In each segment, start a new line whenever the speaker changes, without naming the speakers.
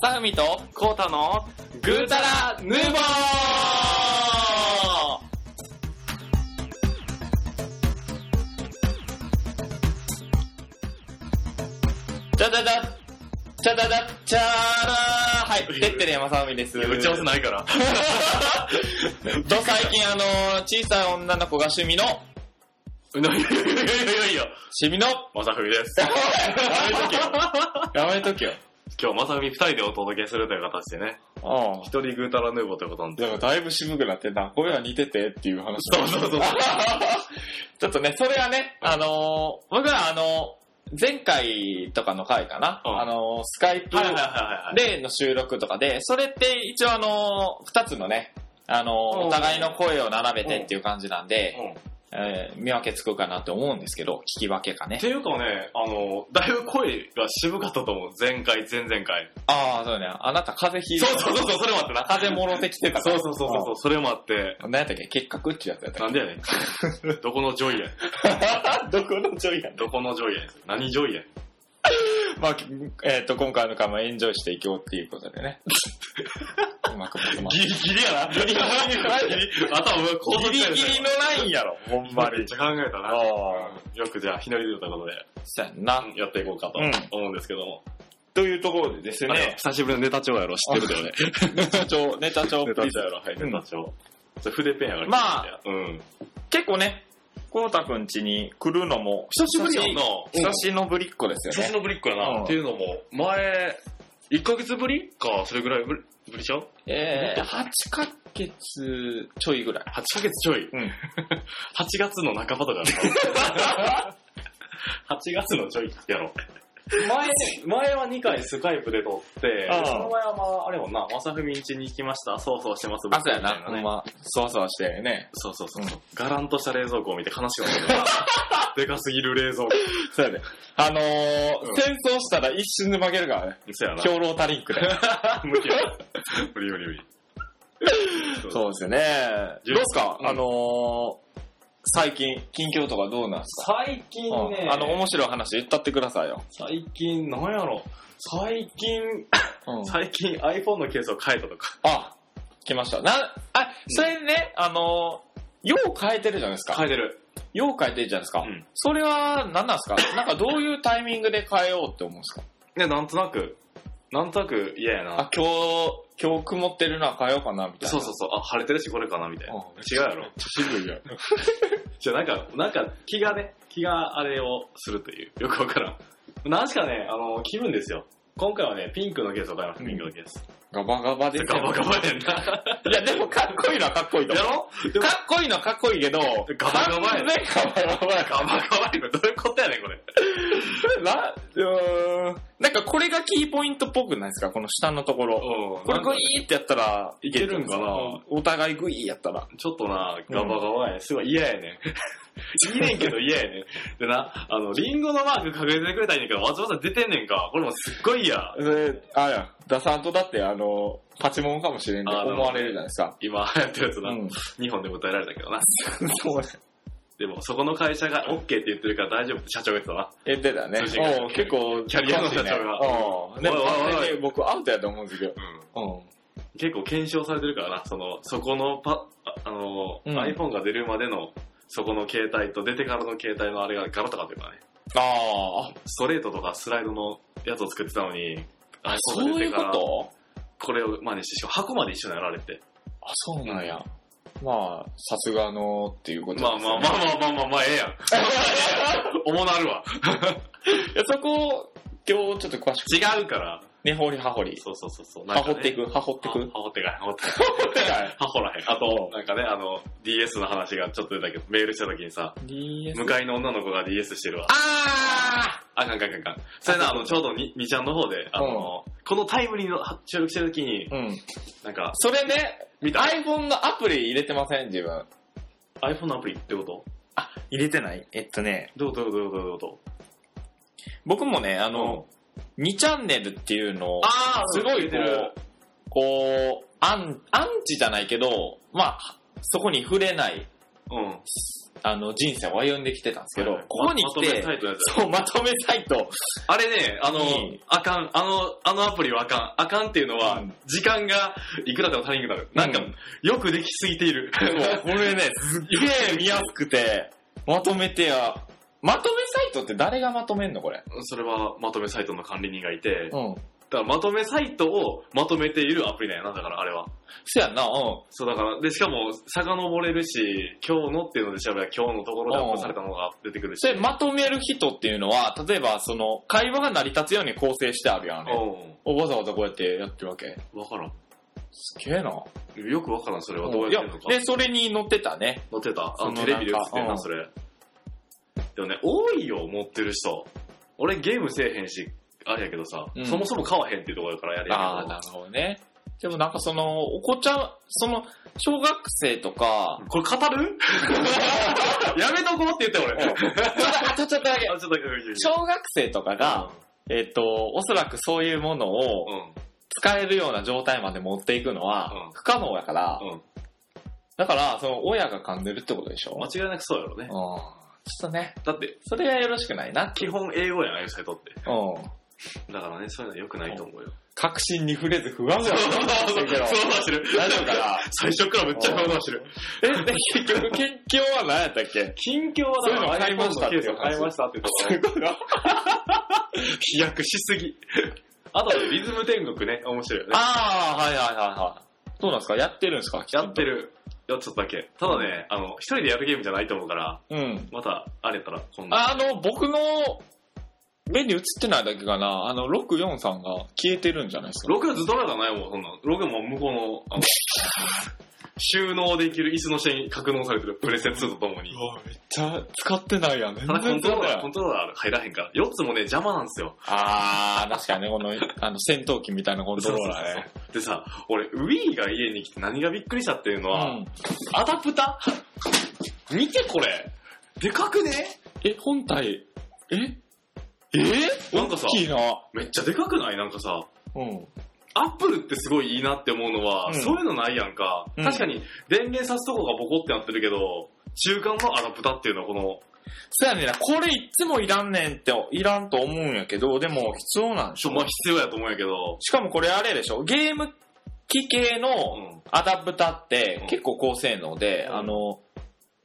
田海とコータのグータラヌーボーチャダダチャダダチャラはい、てってれ山田海です。
打ち合わせないから。
と最近あの小さい女の子が趣味の、
いやいやいやいやいや、
趣味の、
まさふみです。
やめとけよ。
今日まさふみ二人でお届けするという形でね、
ああ
一。人ぐうたらヌーボーということなんで。
だからだいぶ渋くなってんな。声は似ててっていう話。
そうそう そう。
ちょっとね、それはね、あのー僕らあのー前回とかの回かな、
うん
あのースカイプ
はいはいはいはい。
での収録とかで、それって一応あのー、2つのね、あのー
うん
お互いの声を並べてっていう感じなんで、
うん
えー見分けつくかなと思うんですけど、聞き分けかね
っ。ていうかね、あの、だいぶ声が渋かったと思う。前回、前々回。
ああ、そうだね。あなた風邪ひい
そうそうそう、そうそれもあってな。
風もろてきてたか
そ
ら。
うそうそうそう、それもあって。
何やったっけ結核ってやつやった
な
っ
んでやねん。どこのジョイやね
け
ん
どこのジョイや
どこのジョイやねん。何ジョイやねん。
まあ、えっ、と、今回の回もエンジョイしていこうっていうことでね。 うまくまとまっ
ギリギリやな。ギリギリ。頭が高速
のラインやろ、ほん
まめっちゃ考えたな。
ああ。
よくじゃあ、日のり出たことで、
そうやんな。
やっていこうかと
うん
思うんですけども。
というところでです
あれ
ね、
久しぶりのネタ帳やろ、知ってるけどね。
ネタ帳、 ネタ帳
ネ
プ
タ
リズ
帳やろ、はい、
うん
ネタ帳。それ筆ペンやから。
まあ
うん。
結構ね、こうたくん家に来るのも、
久しぶりやんな
久し久しのぶりっ子ですよ
久し
ね。
のぶりっ子や
うん
な。っていうのも、前、1ヶ月ぶりか、それぐらいぶりぶりちゃう
えー、8ヶ月ちょいぐらい。
?8 ヶ月ちょい。
うん
8月の半ばとかや ろ。8月のちょいやろ。前、前は2回スカイプで撮って、
ああ
その前はまあ、あれもんな、まさふみん家に行きました、そうそうしてます、
あ、そうや
みたい
な。ほんま、そうそうしてね。
そうそうそう。ガランとした冷蔵庫を見て悲しか った。でかすぎる冷蔵庫。
そうやで。あのー
うん
戦争したら一瞬で負けるからね。
そやな。
兵糧タリン クで。
無理や。無理無理無理。
そうですよね。どうですか、
うん
あのー最近、近況とかどうなんですか
最近ね、
あの、面白い話言ったってくださいよ。
最近、なんやろ。最近、
うん
最近 iPhone のケースを変えたとか。
あ、来ました。な、あ、それね、あのー、よう変えてるじゃないですか。
変えてる。
よう変えてるじゃないですか。
うん
それは何なんです かなんかどういうタイミングで変えようって思うんですか
ね、なんとなく、なんとなく嫌やな
あ。、今日、今日曇ってるな、変えようかな、みたいな。
そうそうそう、あ、晴れてるしこれかな、みたいな。違うやろ。
渋いよ。
じゃあなんか、なんか気がね、気があれをするという。 よくわからん。なぜかね、あの、気分ですよ。今回はね、ピンクのケースを買いました、ピンクのケース。
ガバガバですよ
ガバガバやんな。
いや、でもかっこいいのはかっこいいと
や
思う。
ろでも
か、っこいいのはかっこいいけど、
ガバ
完全
ガバや
ガバガバや
ガバガバやんどういうことやねん、これ。
な、うーん。なんかこれがキーポイントっぽくないですかこの下のところ。
うん
これグ
なんか
イーってやったらいけるんか
いけるんか
な
な
お互いグイーやったら。
ちょっとな、ガバガバやねすごい嫌やねん。いいねんけど嫌やねん。でな、あの、リンゴのマーク隠れてくれたらいいねんけど、わざわざ出てんねんか。これもすっごい嫌。
で、あや、ダサンとだってあの、パチモンかもしれんって
あ
思われるじゃないですか。
今流行ってるやつな。
うん。
日本でも歌えられたけどな。
そうね。
でも、そこの会社が OK って言ってるから大丈夫って社長が言ってたな。
え、出たね。
通信会
おう結構、
キャリアの社長が
おうでも
おいおいおい
完全に僕アウトやと思うんですけど。うん。
結構検証されてるからな、その、そこのパ、ああの、
うん
iPhone が出るまでの、そこの携帯と出てからの携帯のあれがガラッとかっていうからね、
ああ。
ストレートとかスライドのやつを作ってたのに、
あ
iPhone
そう
が出
い
て
う
か
こ
ら、
と
これを真似して、しかも箱まで一緒にやられて。
あ、そうなんや。まあ、さすがのっていうことです
まあ
よね
まあまあまあまあまあまあ、え えやん。おもなるわ。
いや、そこを今日ちょっと詳しく。
違うから。
ねほりはほり。
そうそうそうそう。
はほってい
く。
く、はほっていく。
はほってかい、はほってかい。
は
はほらへん。あと、なんかね、あの、DS の話がちょっと出たけど、メールした時にさ、
い。DS。
向かいの女の子が DS してるわ。
あ
あかんかんかんかん。それな、あの、ちょうどに、みちゃんの方で、あの、このタイムリーの収録してる時に、
ーうん。
なんか、
それね、
見た
iPhone のアプリ入れてません、自分。
iPhone のアプリってこと
入れてないえっとね、
どうどうどうどうどうどう
僕もね、あの、2チャンネルっていうのを、
あ
すごいこ
てる。
う、こう、アン、アンチじゃないけど、まあ、そこに触れない
うん。
あの、人生を歩んできてたんですけど、ここに来
まとめ
て
サ、イトのやつ
そう、まとめサイト。
あれね、あの
いい、
あかん、あの、あのアプリはあかん。あかんっていうのは
うん、
時間がいくらでも足りなくなる。なんか
うん、
よくできすぎている。
そうこれね、すっげえ見やすくて、まとめてや、まとめサイトって誰がまとめんのこれ。
それはまとめサイトの管理人がいて、だ
うん。
からまとめサイトをまとめているアプリなんやな、だからあれは。
そやんな、うん。
そうだから、で、しかも、遡れるし、今日のっていうので調べたら今日のところでアップされたものが出てくるし。
それまとめる人っていうのは、例えばその、会話が成り立つように構成してあるやんね。
う
わざわざこうやってやってるわけ。
ん。わからん。
すげえな。
よくわからん、それはどうやってんのか。
いやで、それに載ってたね。
載ってた
そ
あ
の
のテレビで映って
な
ん
ん
な、
か
それ。でもね、多いよ、持ってる人。俺ゲームせえへんし、あれやけどさ、
うん
そもそも買わへんっていうところやからやれ
ああ、
や
なるほどね。でもなんかその、お子ちゃん、その、小学生とか
け、ど。これ語る やめとこうって言って俺。
うんちょっとちょっとだけ、
あ、ちょっと、うん
小学生とかが、、えっと、おそらくそういうものを
うん。うん
使えるような状態まで持っていくのは
うん
不可能やから、
うん
だから、その親が噛んでるってことでしょ
間
うん。ち
違いなくそうやろね。
ょっとね、
だって、
それがよろしくないな。
基本英語やん、ああいうサイトって。
うん。
だからね、そういうの良くないと思うよ。
確信に触れず不安
そ
だ
うそうそう、
けど
そうしてる。
大丈夫かな
最初からめっちゃ話してる。
え、で結局、結局は何やったっけ
近況は
そういうの買いましたって
ケ
い
ース
う
を買いましたっていうところ。 飛躍しすぎ。あと、リズム天国ね、面白いよね。
ああ、はいはいはいはい。どうなんですかやってるんですか
やって。る。やっちょっとだけ。ただね、あの、一人でやるゲームじゃないと思うから、
うん。
また、あれやったら、今度。
あの、僕の目に映ってないだけかな、あの、64さんが消えてるんじゃないですか。
ログはずっとらじゃないもん、そんなん。ログも向こうの、 あの、収納できる椅子の下に格納されてるプレセ2とともに。
わ、めっちゃ使ってないやん。全
ただコントローラー、コ
ん
ン。トローラー入らへんから。4つもね、邪魔なんですよ。
あー、確かにね、この、あの、戦闘機みたいなコントローラーね。
でさ、俺、Wii が家に来て何がびっくりしたっていうの
う
は、
ん。
アダプタ見てこれでかくね
え、本体、ええ
なんかさ
大きいな。
めっちゃでかくないなんかさ、
うん。
アップルってすごいいいなって思うのは、
うん
そういうのないやんか。
うん
確かに、電源挿すとこがボコってなってるけど、中間のアダプタっていうのはこの、
そやねんな、これいっつもいらんねんって、いらんと思うんやけど、でも必要なんでし
ち
ょ
ょ、まあ必要やと思うんやけど、
しかもこれあれでしょゲーム機系
う
の
ん。
アダプタっ
う
て
ん
結構高性能で、
うん
あの、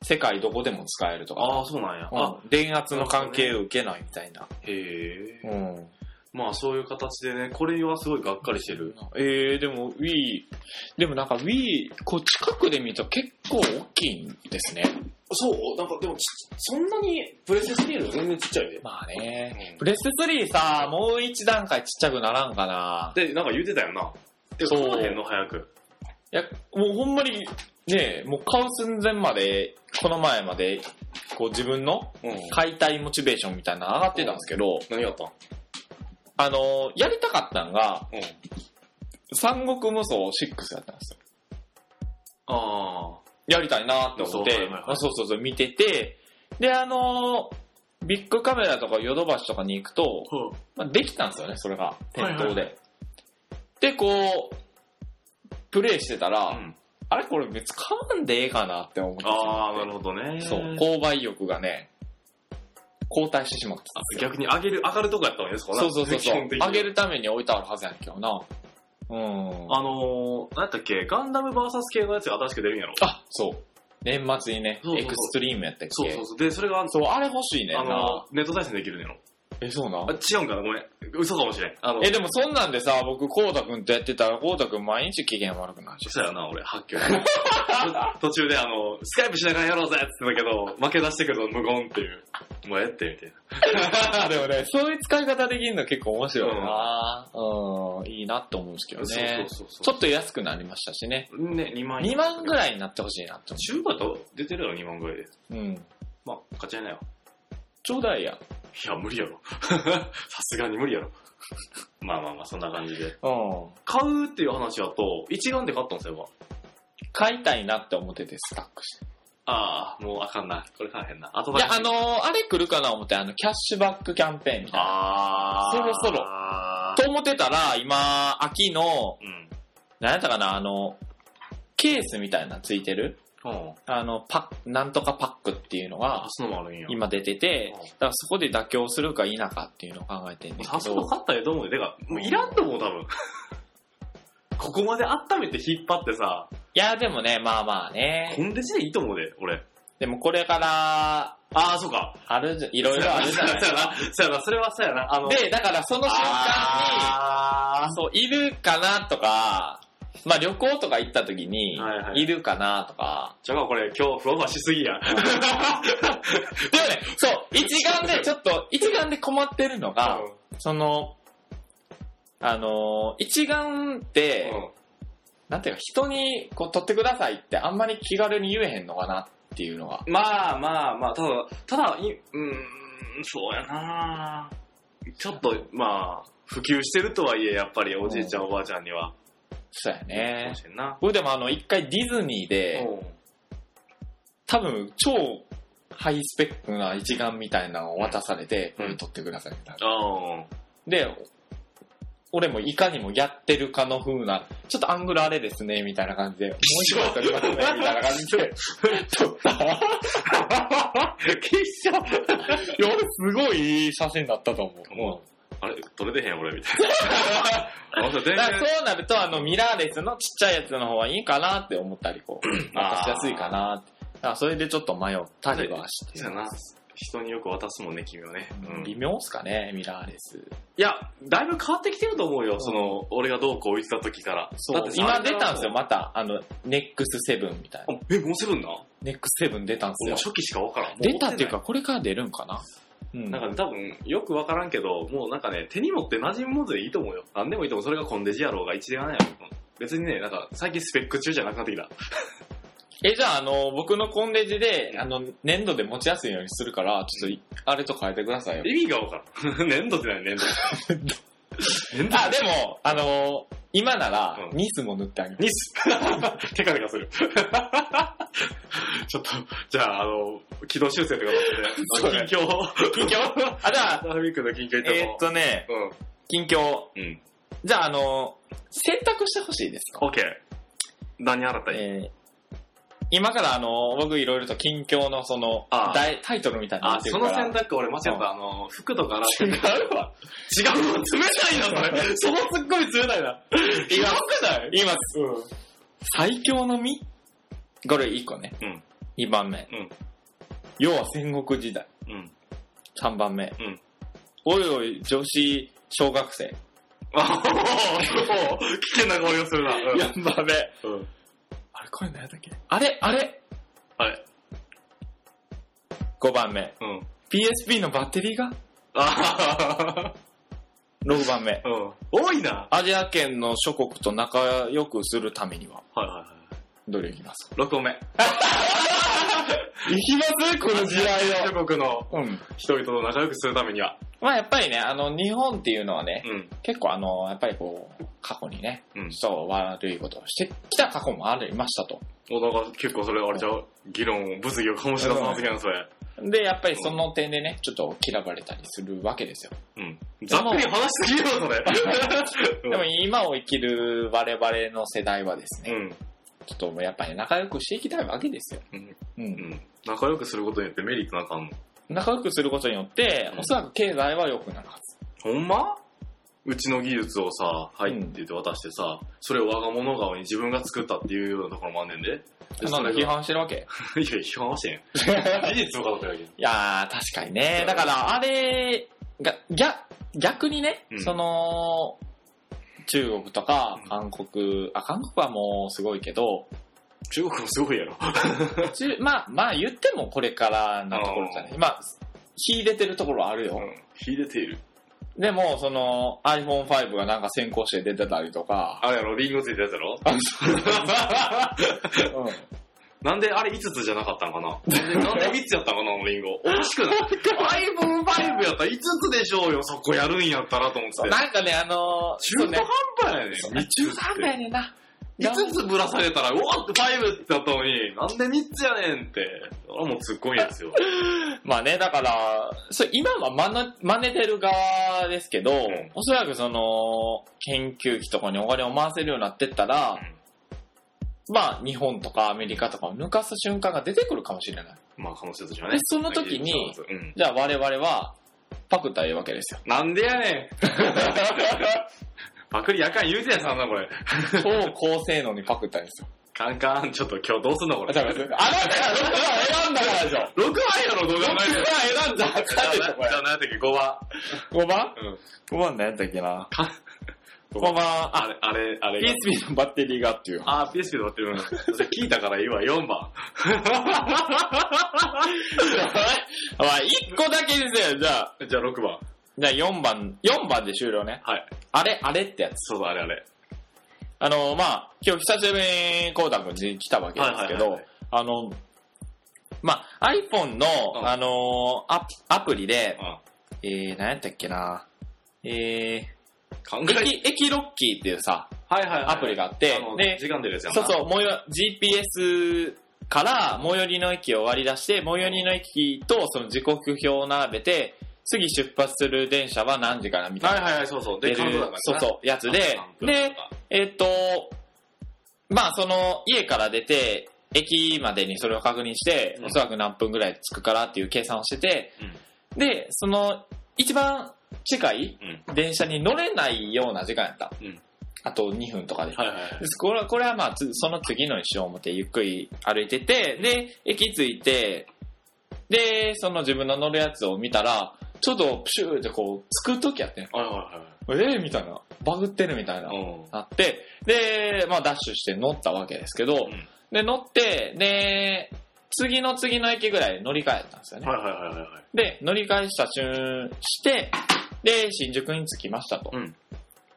世界どこでも使えるとか、
ああ、そうなんや。あ、
うん電圧の関係を受けないみたいな。
へえ。
うん。
まあそういう形でね、これはすごいがっかりしてる。
えー、でも Wii、でもなんか Wii、こう近くで見ると結構大きいんですね。
そうなんかでも、そんなにプレセスリール全然ちっちゃいで。
まあね。
うん
プレス3さ、もう一段階ちっちゃくならんかな。
で、なんか言うてたよな。で、
そう
そうへんの早く。
いや、もうほんまに、ね、もう買う寸前まで、この前まで、こう自分の
うん
解体モチベーションみたいなの上がってたんですけど、
何があったん
あのーやりたかったのが、
うん。
三国無双6やったんですよ。
あ
やりたいなって思って、
そうはいはいはい
あそうそうそう、見てて、で、あのービッグカメラとかヨドバシとかに行くと、
あ。うん。
まあ、できたんですよね、それが、店頭で。
はいはいは
で、こう、プレイしてたら、
あ
あれこれ別に買わんでええかなって思ってしま
あ
って
ー、なるほどね。
そう、購買意欲がね、後退してしまってたんですよ。
逆に上げる、上がるとこやったわけですから
そうそうそう
基
そう
本。的に。
上げるために置いてあるはずやねんけどな。うん。あ、
あのー、なんだっけ、ガンダム VS 系のやつが新しく出るんやろ。
そう。年末にね
そうそう、
エ
そう
クストリームやったっけ
そうそうそう。で、それが、あ
そうあれ欲しいねんな。
のー、ネット対戦できるんやろ。
え、そうな
あ、。違うんかなごめん。嘘かもしれん。あの、
え、でもそんなんでさ、僕、こうたくんとやってたら、こうたくん毎日機嫌悪くなるし。
そうやな、俺、発狂。 途中で、あの、スカイプしながらやろうぜって言ってたけど、負け出してくると無言っていう。もうやって、みたい な。
でもね、そういう使い方できるの結構面白いな。うん、いいなって思うんですけどね。
そう
ちょっと安くなりましたしね。
う。ね、2万円。
2万ぐらいになってほしいなって
中華と出てるよ、2万ぐらいで。
思う。うん。
まあ、勝ちゃいなよ。
ちょうだいや。
いや、無理やろ。 さすがに無理やろ。まあまあまあ、そんな感じで。
うん。
買うっていう話だと、一眼で買ったんですよ、
買いたいなって思っててスタックして。
ああ、もうあかんな。これ買わへんな。あと
いや、あのーあれ来るかな思って、あの、キャッシュバックキャンペーンみたいな。
あー
そろそろ
あー
と思ってたら、今、秋の、
うん。
なんやったかな、あの、ケースみたいなついてる
うん。
あの、パッ、なんとかパックっていうのが
あ、、そのもあるんや。
今出てて
うん、
だからそこで妥協するか否かっていうのを考えてんねん
さ
け
すが
ど、
勝ったらええと思うよ。てか、もういらんと思う、多分。 ここまで温めて引っ張ってさ、
いや、でもね、まあまあね
コ、ンデジでいいと思うで、俺。
でもこれから、
ああ、そうか。
あるじゃ、いろいろあるじゃない
そうやな、そうやな、それは そうやな。あの、
で、だからその瞬間
あ
に、そう、いるかなとか、まあ旅行とか行った時に
はいは、い
いるかなとか、
ちょ、これ今日ふわふわしすぎや。
でもね、そう、一眼でちょっと、一眼で困ってるのが、その、あのー一眼って、なんていうか、人にこう撮ってくださいってあんまり気軽に言えへんのかなっていうのが。
まあまあまあ、ただ、ただ、いうん、そうやなちょっと、まあ、普及してるとはいえ、やっぱりおじいちゃん、おばあちゃんには。
そうや
か
ね
も。しれんな。
僕でもあの、一回ディズニー で、多分超ハイスペックな一眼みたいなのを渡されて、こ
うん
れ撮ってくださいみたいな。
あ
で、俺もいかにもやってるかの風な、ちょっとアングルあれですね、みたいな感じで、もう一回撮りますね、みたいな感じで、撮った。
あ。決勝
いや、俺すごいいい写真だったと思う。
もう、あれ、取れてへん俺、み たいな。あそう全
だから
然
そうなると、あの、ミラーレスのちっちゃいやつの方がいいかなって思ったり、こう、渡しやすいかなって。だからそれでちょっと迷ったりはして
そうやな。人によく渡すもんね、君はね。
うん
い
微妙っすかね、ミラーレス。
や、だいぶ変わってきてると思うよ、その、俺がどうこう言ってた時から。
そう
だって。さ
今出たんですよ、。また。あの、ネックスセブンみたい
あ
な。
え、もうセブンだ
ネックスセブン出たんです
もう
よ。
初期しか分からん。も
出たっていう
持
か、これから出るんかな。うん。
てない、なんかね、多分、よく分からんけど、もうなんかね、手に持って馴染むものでいいと思うよ。なんでもいいと思う。それがコンデジやろうが、一でがないやろうが。別にね、なんか、最近スペック中じゃなくなってきた。
え、じゃあ、あの、僕のコンデジで、あの、粘土で持ちやすいようにするから、ちょっとい、あれと変えてくださいよ。
意味が分からん。 粘土ってない、粘土。 粘土
あ、でも、あの、今なら、
うん
ニスも塗ってあげる。
ニス テカテカする。ちょっと、じゃあ、あの、軌道修正とか
そう
待
ね
ってて、近況を。
近況あ、じゃあ、
ダーミックの近況いった
えーっとね、
う
近
ん。
況。
うん。
じゃあ、あの、選択してほしいですか
オッケー。何洗ったらいい
えー今から、あの、僕いろいろと近況のその、
あー
大タイトルみたいな
あ、その選
択
択俺間違っ
うん
た。あの、服とか洗って。
違うわ。
違う冷たいな、 それ。そのツッコミ冷たいな。
違くない今、
うん。
最強の実これ1個ね。
うん
2番目。
うん
要は戦国時代。
うん。
3番目。
ん
おいおい、女子小学生。
あおお危険な声をするな。うん
4番目。
うん。
あれ、これ何だっけあれあれ
あれ。
?5 番目。
うん。
PSP のバッテリーが
あ
?6 番目。
うん。多いな。
アジア圏の諸国と仲良くするためには、
はいはいはい。
ど れいきますか
6個目。
いきますこの時代
中国の
を。うん。
人々と仲良くするためには。
まあやっぱりね、あの、日本っていうのはね、
うん。
結構あの、やっぱりこう、過去にね、
うん。
そう悪いことをしてきた過去もありましたと。
おなんか結構それあれちゃう議論を、物議を醸し出す発言それ。
で、やっぱりその点でね、ちょっと嫌われたりするわけですよ。
うん。ざっくり話しすぎる わ、それ。
でも今を生きる我々の世代はですね、
うん、
ちょっともうやっぱり仲良くしていきたいわけですよ。
うん。
うん
う。ん。仲良くすることによってメリットなんかあんの
仲良くすることによって、
うん
おそらく経済は良くなるはず。
ほんまうちの技術をさ、はいって言って渡してさ、それを我が物顔に自分が作ったっていうようなところもあんね んで。で
なん
そ
で
れ
批
が
判してるわけ
いや、批判 はしてん。技術を語ってるだけ。
いやー、確かにね。だから、あれが、逆、逆にね、
うん
その、中国とか
うん
韓国、あ、韓国はもうすごいけど、
中国もすごいやろ。
中 まあ、まあ言ってもこれからなところじゃない。まあ、秀でてるところはあるよ。
ん。秀でている。
でも、その iPhone5 がなんか先行して出てたりとか、
あれやろ、リンゴついたやつやろ
あうん
なんであれ5つじゃなかったんかななんでなんで3つやったんかなあのリンゴ。惜しくない ?iPhone5 やったら5つでしょうよ、そこやるんやったらと思ってて。
なんかね、あのー、
中途半端やねん。
そうね中途半端やねんな。
5つぶら下げたら、うわって5ってなったのに、なんで3つやねんって。俺もうツッコミです よ。
まあね、だから、それ今は真似真似てる側ですけど、
ん
おそらくその、研究費とかにお金を回せるようになってったら、
うん
まあ、日本とかアメリカとかを抜かす瞬間が出てくるかもしれない。
まあ、可能性としては
で
ね。
その時に
そうそううん
じゃあ我々は、パクったらいいわけ ですよ。
なんでやねん パクリやかん言うてやさんな、これ。
超高性能にパクったんですよ。
カンカン、ちょっと今日どうすんの、こ
あ、
れ。
じゃあ、あなたが選んだからでしょ。
6番やろ、動画前で。
あ選んだらあ
じゃ
かんでしょ、こ
あ、何やったっけ、5
れ。
番。
5番
うん。
?5 番何やったっけな。
5
5番、あ、
あれ、あれ、あれが。
PSP のバッテリーがっていう。
あー、ピースピードってるの。それ聞いたからいいわ、4番。
お前、1個だけにせよ、じゃあ。
じゃあ、6番。
じゃあ4番、4番で終了ね。
はい。
あれ、あれってやつ。
そうそう、あれあれ。
あの、まあ、今日久しぶりにコーダ君に来たわけですけ
はいはいはいは
ど
い、
あの、まあ、iPhone の
う、ん
あのアプ、アプリで、
うん。
えー、何やったっけなえ
考
ー、
え
駅、駅ロッキーっていうさ、
はいはいはい。
アプリがあって
あの
で
時間出るやつやん
そ
な
うそう、最寄 GPS から最寄りの駅を割り出して、最寄りの駅とその時刻表を並べて、次出発する電車は何時からみたい
はい
な。
はいはい、そうそう。
出
で、
る
カウントダウンが
そうそう、やつで、で
で、、
えっ、と、まあその家から出て、駅までにそれを確認して
う、ん
おそらく何分ぐらい着くからっていう計算をしてて、で、その一番近い
うん。うん。
電車に乗れないような時間やった。
うん
あと2分とかで。
はいはいはい
で。すこれは、これはまあ、つその次の石を思ってゆっくり歩いてて、で、駅着いて、で、その自分の乗るやつを見たら、ちょっとプシューってこう、つく時やってん。
はいはい
えー、みたいな。バグってるみたいな
はい。。うん。
なって、で、まあダッシュして乗ったわけですけど、
うん
で、乗って、で、次の次の駅ぐらい乗り換えたんですよね。
はいはいはいはいはい。
で、乗り換えした瞬して、で、新宿に着きましたと。
うん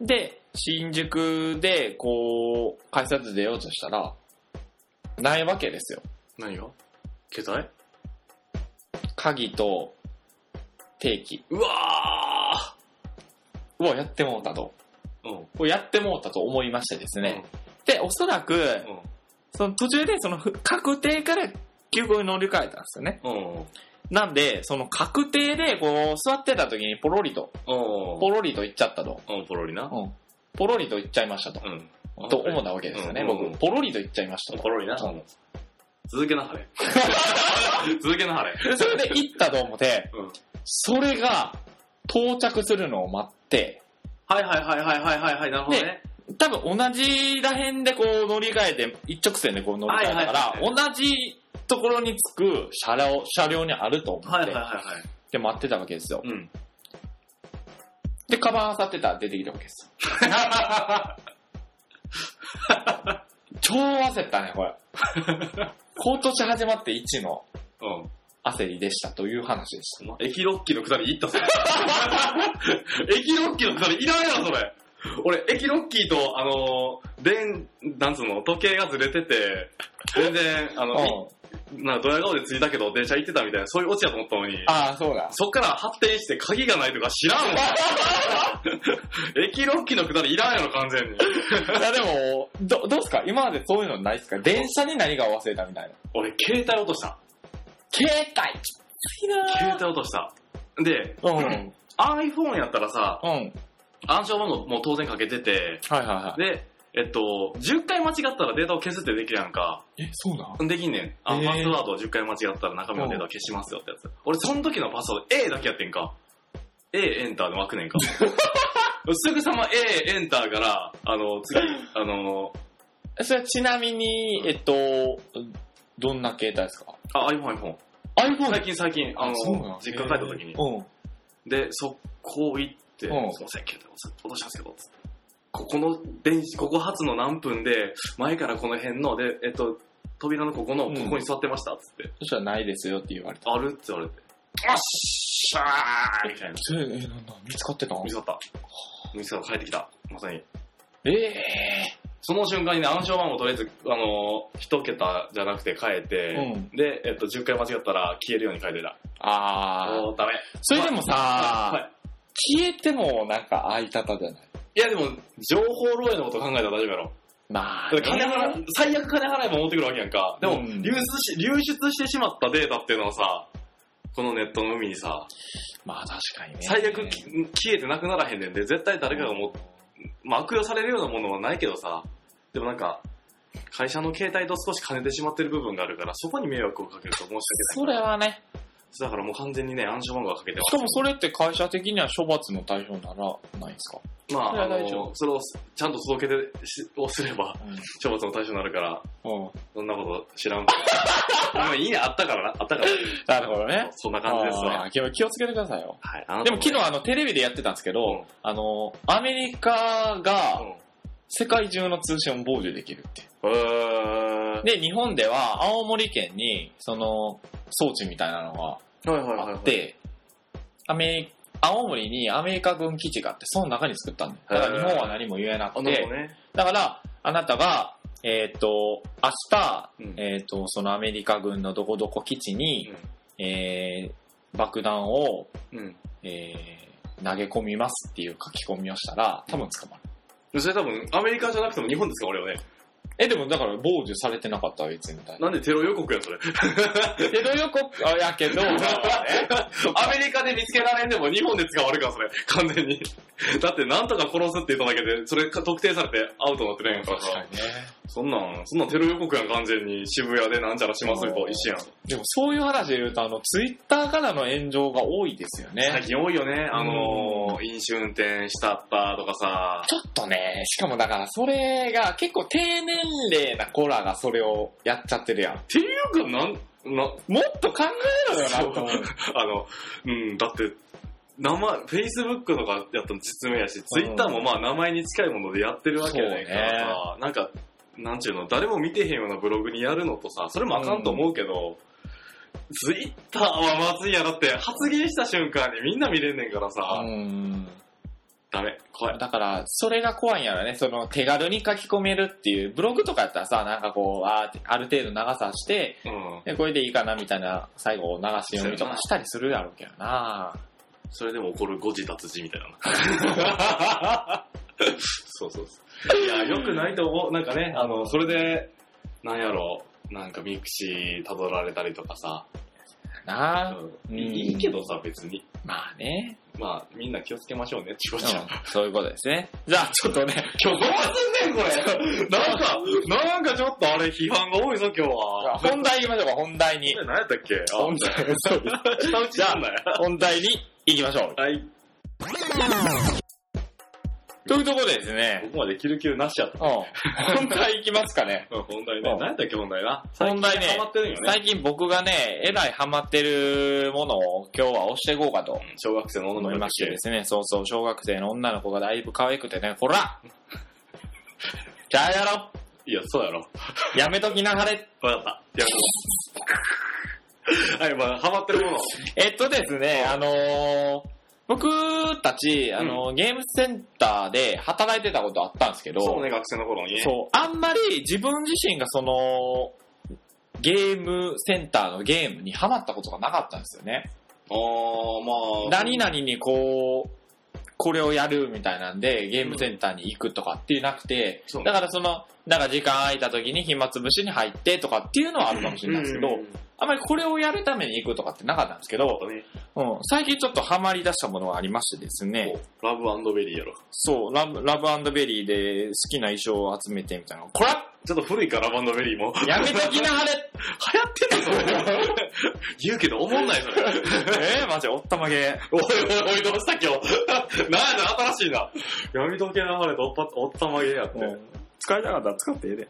で、新宿で、こう、改札出ようとしたら、ないわけですよ。
何が携帯
鍵と、定期。
うわー
うわ、やってもうたと。
うん。
こうやってもうたと思いましてですね。
う
で、おそらく、
ん。
その途中でそのふ確定から休校に乗り換えたんですよね。
うん。うん。
なんで、その確定でこう座ってた時にポロリと、
うん。
ポロリと行っちゃったと。
うん、ポロリな。
うんポロリと行っちゃいましたと。
うん。
と思ったわけですよね、
うん
僕。ポロリと行っちゃいましたと。
ポロリな。
うん
続け なはれ。続けなはれ。
でそれで行ったと思って
うん、
それが到着するのを待って、
はいはいはいはいはいはいはい、なるほどね。
多分同じら辺でこう乗り換えて、一直線でこう乗り換えたか
はい
ら
は、
同
い
じところに着く車両、車両にあると思
は
っ
いはい
て
は、いはい。
で待ってたわけですよ。
うん。
で、カバン漁ってたら出てきたわけ です。超焦ったね、これ。今年始まって1の
う
焦りでしたという話でした。
ん。駅ロッキーのくだり行ったそれ。駅ロッキーのくだりいらんやろ、それ。俺、駅ロッキーと、あのー、電、なんつうの、時計がずれてて、全然、あ
う
の、
ん。
なんかドヤ顔で着いたけど電車行ってたみたいな、そういうオチやと思ったのに、
ああ、そうだ。
そっから発展して鍵がないとか知らんわ。駅ロッキーのくだりいらんやろ、完全に。
いや、でも、ど、どうすか今までそういうのないっすか電車に何が忘れたみたいな。
俺、携帯落とした。
携帯きつい
携
な
帯落とした。で、
うん。うん。
iPhone やったらさ、
はい
暗証番号も当然かけてて、
はいは
で、えっと、10回間違ったらデータを消すってできるやんか。
い。え、そうなん
できんねん。あ
へー
の、パスワードを10回間違ったら中身のデータを消しますよってやつ。俺、その時のパスワード A だけやってんか。A エンターで枠ねん か。すぐさま A エンターから、あの、次、あの、
それちなみに、えっと、どんな携帯ですか
あ、iPhone、iPhone。
?iPhone
最近最近、あの
そうなん、
実家帰った時に。
うん。
で、速攻行って、
うん
すいません、携帯落としたんですけど、つってここの電子、ここ発の何分で、前からこの辺の、で、えっと、扉のここの、
うん
ここに座ってました、つって、
そしたらないですよって言われた。
あるって言われて、よっしゃーみたいな。
それ、え、なんだ見つかってたの
見つかった。見つかった、帰ってきた。まさに。
ええ
その瞬間にね、暗証番号とりあえず、あのー、一桁じゃなくて変えて、
う
で、えっと、10回間違ったら消えるように変えてた。
ああ。
おー、ダメ。
それでもさ、
はい。
消えてもなんか相方じゃない
いや、でも、情報漏洩のこと考えたら大丈夫やろ。
まあ、
だから金払、最悪金払えば戻ってくるわけやんか。でも、
うん
流出し、流出してしまったデータっていうのはさ、このネットの海にさ、
まあ確かにね。
最悪き消えてなくならへんねんで、絶対誰かがもう、まあ、悪用されるようなものはないけどさ、でもなんか、会社の携帯と少し兼ねてしまってる部分があるから、そこに迷惑をかけると申し訳ない。
それはね、
だからもう完全にね、暗証番号がかけてま
し
す
かもそれって会社的には処罰の対象にならないんですか、そ
まあ、
れ
あ
は大丈夫
の、それをちゃんと届けてしをすれば、 処罰の対象になるから、
うん、
そんなこと 知らんから。もういいね、あったからな、あったから。
なるほどね。
そんな感じですわ。
あー気を気をつけてくださいよ。
はい、あな
で
た
も昨日あのテレビでやってたんですけど、
うん
あの、アメリカが
ね、
世界中の通信を傍受できるって。
うん。え
で、日本では青森県に、その、装置みたいなのが
ー、はいはいはい、
あ
はい
っ。て、アメリ青森にアメリカ軍基地があって、その中に作ったんだよだから日本は何も言えな
あ、
く
なる
て
ほ、どね。
だから、あなたが、えっ、と、明日、
うん
えっ、と、そのアメリカ軍のどこどこ基地に、えー爆弾を、
うん。
えー投げ込みますっていう書き込みをしたら、多分捕まる。
うん。それ多分、アメリカじゃなくても日本ですか、俺はね。
え、でもだから、傍受されてなかったわ、別にみたいな。
なんでテロ予告やん、 それ。
テロ予告あやけど、 まあね
アメリカで見つけられんでも日本で使われるから、それ。完全に。だって、なんとか殺すって言っただけで、それか特定されてアウトになってるやんから
確
さ
かにね。
そんなん、そんなんテロ予告やん、完全に。渋谷でなんちゃらしますと一緒やん。
でもそういう話で言うと、あの、ツイッターからの炎上が多いですよ
最
ね。
近多いよね。あのー、飲酒運転したったとかさ。
ちょっとね、しかもだからそれが結構低年齢な子らがそれをやっちゃってるやん。
っていうか、なん、な、
もっと考えろよなと思う。
あの、うん、だって、名前、Facebook とかやったの実名やし、Twitter もまあ名前に近いものでやってるわけやねんからさ、なんか、なんちゅうの、誰も見てへんようなブログにやるのとさ、それもあかんと思うけど、Twitter はまずいやだって、発言した瞬間にみんな見れんねんからさ、
うん
ダメ、怖い。
だから、それが怖いんやろね。その、手軽に書き込めるっていう、ブログとかやったらさ、なんかこう、あーある程度長さして、
うん。
で、これでいいかなみたいな、最後流し読みとかしたりするやろうけどな。
それでも起こる誤字脱字みたい な。そうそうそう。いや、よくないと思う。なんかね、あの、それで、なんやろ、なんかミクシー辿られたりとかさ、
なあ、
う
うんん
いいけどさ、別に。
まあね。
まあ、みんな気をつけましょうね、ちこ
うん
ちゃん。、
そういうことですね。じゃあ、ちょっとね、
今日どうすんねん、これ。 なんか、なんかちょっとあれ、批判が多いぞ、今日は。
本題行きましょうか、本題に。
何やったっけあ
本題、そうです
下打ちなんだよ。
本題に行きましょう。
はい。
というところでですね、
ここまでキルキルなしやった。
うん、本題行きますかね。
うん本題ね。
うん
何やったっけ、本題な。
本題ね
最近ハマってるんよね。
最近僕がね、えらいハマってるものを今日は押していこうかと
うん小学生の女
思
の子
い
だ
ま
っ
して
け
ですね、そうそう、小学生の女の子がだいぶ可愛くてね、こらじゃあやろ
いや、そうやろ。
うやめときなはれ
わかった。やめろはい、まあ、ハマってるもの。
えっとですね、あのー僕たち、あのーゲームセンターで働いてたことあったんですけど、
そうね、学生の頃に。
そう、あんまり自分自身がその、ゲームセンターのゲームにハマったことがなかったんですよね。
あー、まあ。
何々にこう、これをやるみたいなんで、ゲームセンターに行くとかっていうなくて、
そう
だからその、なんか時間空いた時に暇つぶしに入ってとかっていうのはあるかもしれないんですけど、
うん
あんまりこれをやるために行くとかってなかったんですけど、
ね
うん、最近ちょっとハマり出したものがありましてですね、
ラブベリーやろ。
そう、ラブラブベリーで好きな衣装を集めてみたいな、こら
ちょっと古いか、ラブベリーも。
やめときなはれ
流行ってんのそれ。 言うけど、思んない、それ。
えー、マジおったまげ。
おいおいおい、どうした今日。 なんや新しいな。闇時計流れとおっぱ、おったまげやって。わか
使いたかったら使ってええで。
っ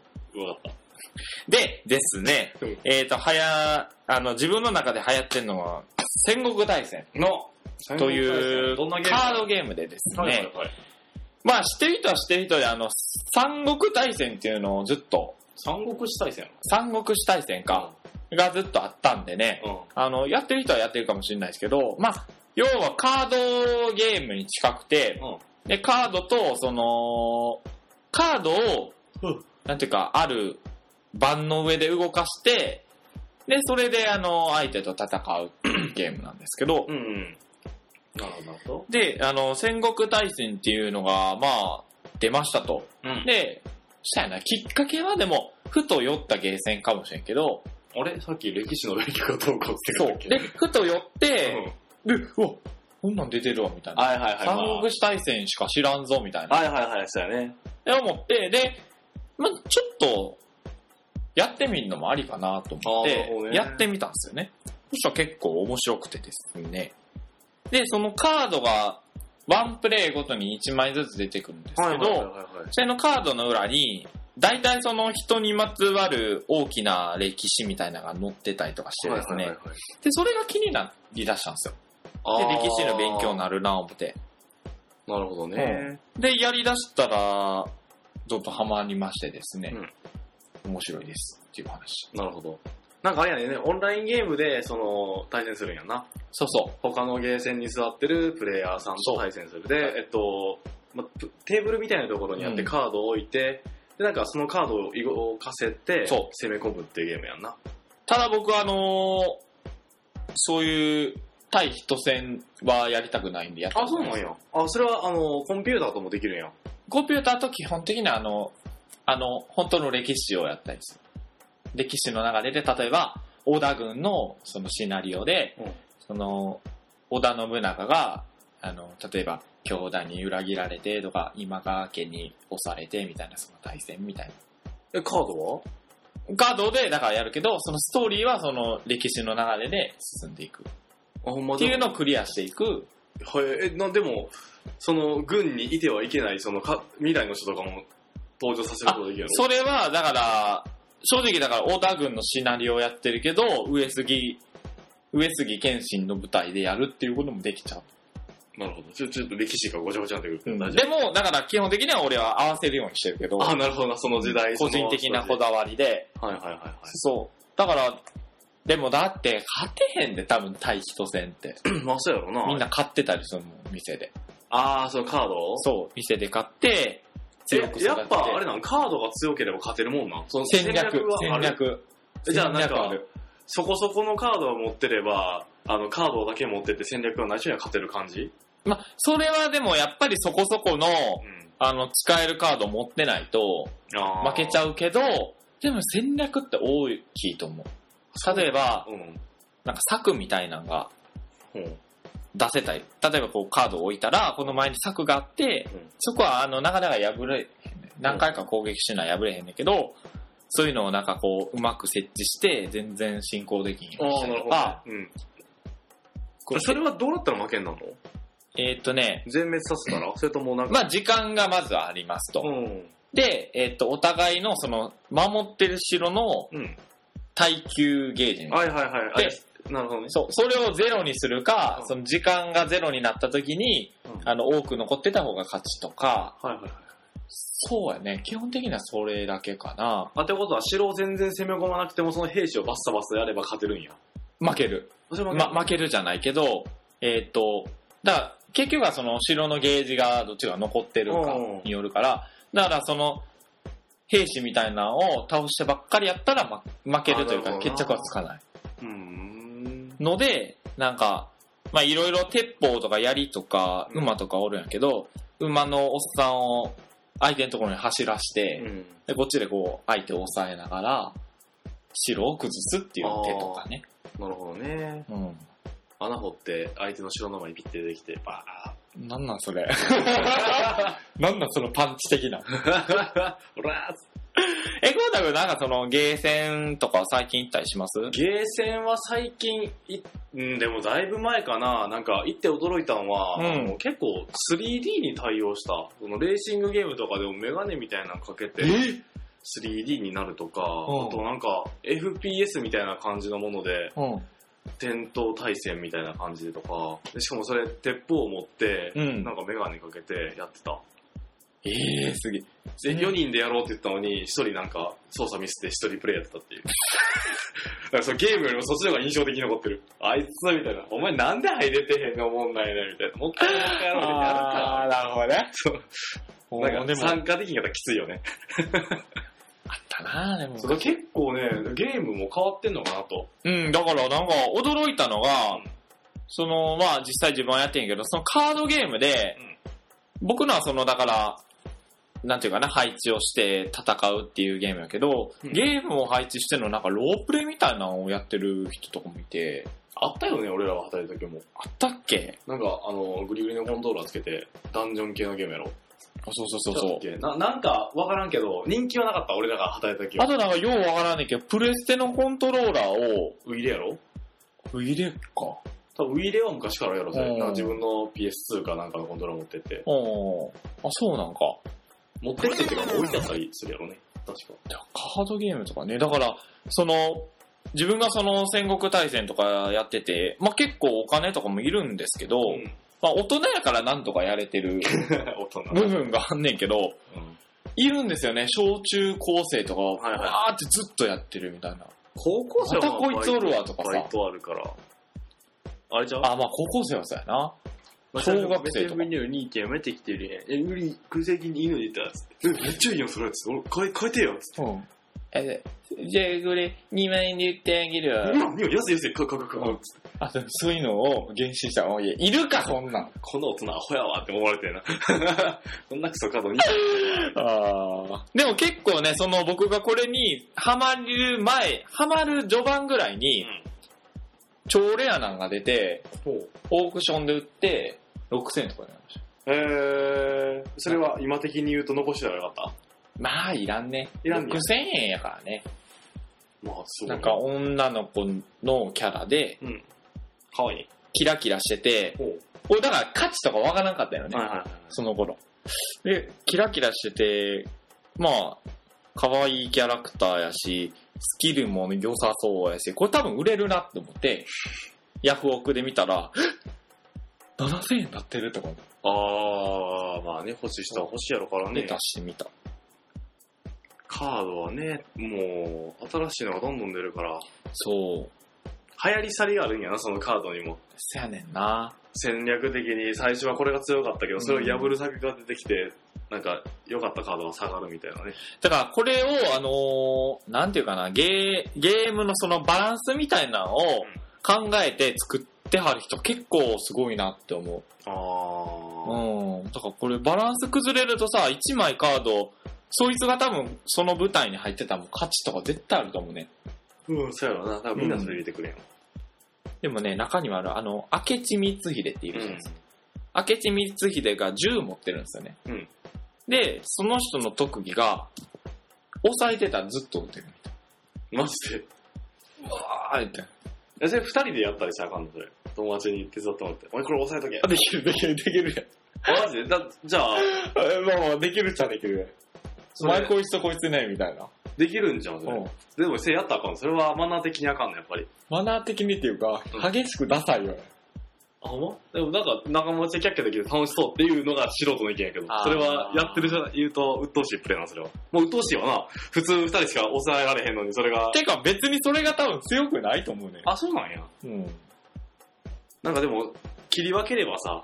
で、ですね、
うん
えっ、と、はや、あの、自分の中で流行ってんのは、戦国大戦
た。の、
という
どんなゲーム
カードゲームでですね、
はいはいはい。
まあ、知ってる人は知ってる人で、あの、三国大戦っていうのをずっと、
三国志大戦
三国志大戦か、。がずっとあったんでね、
うん。
あの、やってる人はやってるかもしれないですけど、まあ、要はカードゲームに近くて、
うん。
で、カードと、その、カードを、
うん
なんていうか、ある盤の上で動かして、で、それで、あの、相手と戦う ゲームなんですけど、
うんうん。なるほどなるほ
で、あの、戦国大戦っていうのが、まあ、出ましたと。
ど。うん。
で、したやな、きっかけはでも、ふと酔ったゲーセンかもしれんけど、
あれさっき歴史の勉強がどうかって
そう。で、ふと酔っ
う
て、
ん
で、うわ、こんなん出てるわ、みたいな。
はいはいはい。
三国志大戦しか知らんぞ、みたいな
まあ。はいはいはい、そうやね。
で思って、で、まあ、ちょっと、やってみるのもありかなと思っ
あーなる
て
ほど、ね
やってみたんですよね。そしたら結構面白くてですね。で、そのカードが、ワンプレイごとに1枚ずつ出てくるんですけど、
はいはいはいはい。
それのカードの裏に、大体その人にまつわる大きな歴史みたいなのが載ってたりとかしてですね、
はいはいはいはい
で、それが気になりだしたんですよ。
あ
で、
ー
歴史の勉強になるな思って。
なるほどね。
で、やりだしたら、ちょっとハマりましてですね、面白いですっていう話。
なるほど。なんかあれやね、オンラインゲームで、その、対戦するんやな。
そうそう。
他のゲーセンに座ってるプレイヤーさんと対戦する。で、えっと、ま、プテーブルみたいなところにあって
うん
カードを置いて、で、なんかそのカードを動かせて、
そう
攻め込むっていうゲームやんな。
ただ僕はあのーそういう対人戦はやりたくないんでやってます
や。あ、それは、あの、コンピューターともできるんや。
コンピューターと基本的にはあの、あの、本当の歴史をやったりする。歴史の流れで、例えば、織田軍のそのシナリオで、
うん
その、織田信長が、あの、例えば、兄弟に裏切られてとか、今川家に押されてみたいな、その対戦みたいな。
え、カードは
ガードで、だからやるけど、そのストーリーはその歴史の流れで進んでいく。っ
あ、ほんま
ていう
の
のをクリアしていく。
はい、え、な、でも、その、軍にいてはいけない、その、か、未来の人とかも登場させることができるやろ
それは、だから、正直だから、太田軍のシナリオをやってるけど、上杉、上杉謙信の舞台でやるっていうこともできちゃう。
なるほど。ちょ、ちょっと歴史がごちゃごちゃになってくる。大丈
でも、だから基本的には俺は合わせるようにしてるけど
夫。、あ、なるほどな、その時代。
個人的なこ
と。
だわりで、
はいはいはいはい。
そう。だから、でもだって、勝てへんで、多分、対人戦って。
まあ、そうやろな。
みんな買ってたりするもん、店で。
ああ、そのカードを
そう、店で買って、強く育て
え
て。
やっぱ、あれなん、カードが強ければ勝てるもんなん。その
戦略、
はあ
戦
る。
略。
えじゃあなんか
戦略る
そこそこのカードを持ってれば、あの、カードだけ持ってって戦略がない人には勝てる感じ
まあ、それはでも、やっぱりそこそこの、
うん。
あの、使えるカード持ってないと
あ
負けちゃ
う。
うけど、でも戦略って大きいと思う。例えば、
うん。
なんか策みたいなのが
うん。
出せたり、例えばこうカードを置いたら、この前に策があって
うん、
そこはあの、なかなか破れへんねん。何回か攻撃しない破れへんねんけど、そういうのをなんかこう、うまく設置して、全然進行できんようにし
ああ、
た
な
り
る
と
ほどね
か、。
うん。
こう
それはどうなったら負けになるの
えーっとね、
全滅させたらそれともなんか、
まあ時間がまずはあります
う
と。
ん。
で、えーっと、お互いのその、守ってる城の
うん。
耐久ゲージみたいな
はいはいはい。あ
で
れなるほどね。
そう、それをゼロにするか、
うん
その時間がゼロになった時に、
うん
あの、多く残ってた方が勝ちとか、
はいはいはい。
そうやね、基本的にはそれだけかな。
あ、ってことは、城を全然攻め込まなくても、その兵士をバッサバッサやれば勝てるんや。
負ける。
それ負け
ま、負けるじゃないけど、えーっ、と、だから、結局はその城のゲージがどっちが残ってるか
うん
によるから、だからその、兵士みたいなのを倒してばっかりやったら、ま、負けるというか
あなるほどな
決着はつかない。
うーん。
ので、なんか、まあいろいろ鉄砲とか槍とか
うん
馬とかおるんやけど、馬のおっさんを相手のところに走らし
う
て、
ん。
でこっちでこう相手を抑えながら、城を崩すっていう手とかね。
なるほどね。
うん。
穴掘って、相手の城の前にピッて出てきて、バ
なんなんそれ。
ー
なんなんそのパンチ的な。
ッ。ほら
え、こうたくなんかそのゲーセンとか最近行ったりします
ゲーセンは最近、いうん、でもだいぶ前かな、なんか行って驚いたのは、
うん
あの結構 3D に対応した、そのレーシングゲームとかでもメガネみたいなのかけて 3D になるとか、
うん
あとなんか FPS みたいな感じのもので、
うん。
戦闘対戦みたいな感じでとか、でしかもそれ鉄砲を持って、
うん
なんかメガネかけてやってた。
ええー、すげえ。
で、4人でやろうって言ったのに、1人なんか操作ミスって1人プレイやってたっていう。 なんかそのゲームよりもそっちの方が印象的に残ってる。あいつみたいな。お前なんで入れてへんのもんないねみたいな。もったいないからみたいな。やるか
あー、なるほどね。そう。
ら。なん
で
か
も、あっ
参加できんかったらきついよね。
たなでも。
それ結構ね、ゲームも変わってんのかなと。
うん、だからなんか驚いたのが
うん、
その、まあ実際自分はやってんやけど、そのカードゲームで、僕のはその、だから、なんていうかな、配置をして戦うっていうゲームやけど、
うん
ゲームを配置してのなんかロープレイみたいなのをやってる人とかもいて、
あったよね、俺らが働いた時も。
あったっけ
なんか、あの、グリグリのコントローラーつけて、ダンジョン系のゲームやろ。
そうそうそう
だ
そ
っ
う。
けななんかわからんけど、人気はなかった俺らが働いた時
あ
は。
となんかようわからんねんけど、プレステのコントローラーを、
ウイレやろ
ウイレか。
多分ウイレは昔からやろ、それ。
うん
なんか自分の PS2 かなんかのコントローラー持ってって。
うん。あ、そうなんか。
持ってってっていうか置いてあったりするやろね。確か。
いやカードゲームとかね。だから、その、自分がその戦国大戦とかやってて、まあ結構お金とかもいるんですけど、
ん
まあ大人やからなんとかやれて る
大人。
部分があんねんけど、
うん
いるんですよね。小中高生とかを、
はいはい
わーってずっとやってるみたいな。
高校生はまあ
またこいつおるわとかさ
バイトあるから。あれじゃう
あ、まあ高校生はそうやな。小学生とか
メニューに行けやめてきてるやん。え、無理、空席に犬出たやつって。え、めっちゃいいやん、それやつ。俺、変え、変えてよ、つっ
う
て。
ん。え、じゃあこれ2万円で言ってあげる わ。
うん、いや、安い安い、かかかか。
あ、でもそういうのを原始した方がいい。いるか、そんなん。
この大人アホやわって思われてる な。こんなクソ角に。
あでも結構ね、その僕がこれにハマる前、ハマる序盤ぐらいに、超レアなんが出て、
ほう。
オークションで売って、6000円とかになりました。
えー、それは今的に言うと残してたらよかった。
まあ、いらんね。
いらんね
6000円やからね。
まあ、すごい。
なんか、女の子のキャラで、
うん。かわいい。
キラキラしてて、
ほう。
俺だから価値とかわからなかったよね。
はいはいはい。
その頃。で、キラキラしてて、まあ、可愛いキャラクターやし、スキルも良さそうやし、これ多分売れるなって思って、ヤフオクで見たら、えっ7000円なってるとか思って
あー、まあね、欲しい人は欲しいやろから
出
ね。
してみた。
カードはね、もう、新しいのがどんどん出るから、
そう。
流行り去りがあるんやな、そのカードにも。
そやねんな。
戦略的に最初はこれが強かったけど、それを破る策が出てきて、なんか、良かったカードが下がるみたいなね。
だからこれを、あのーなんていうかな、ゲー、ゲームのそのバランスみたいなのを考えて作ってはる人結構すごいなって思う。
あー。
うん。だからこれバランス崩れるとさ、1枚カード、そいつが多分その舞台に入ってたらもう価値とか絶対あると思うね。
うん、そうやろな。多分みんなそれ入れてくれんわ。
でもね、中にはある、あの、明智光秀っていう人です、明智光秀が銃持ってるんですよね。
うん
で、その人の特技が、押さえてたらずっと撃てるみたい
マジで。
な。わーって。
え、それ二人でやったりしたらあかんのそれ。友達に手伝ってもらって。お前これ押さえと け
あ。できる、できる、できる
あマジでだじゃあ、
やん。まあまあ、できるっちゃできる
それ
こいつとこいつね、みたいな。
できるんじゃん、それ
うん。
でも、せやったらあかん。それはマナー的にあかんの、やっぱり。
マナー的にっていうか
う、
激しくダサいよね。
あ、ほんまでもなんか、仲間内でキャッキャできて楽しそうっていうのが素人の意見やけど
あー、
それはやってる人言うと、鬱陶しいプレイな、それは。もう鬱陶しいわな。普通二人しか抑えられへんのに、それが。
てか別にそれが多分強くないと思うね。
あ、そうなんや。
うん。
なんかでも、切り分ければさ、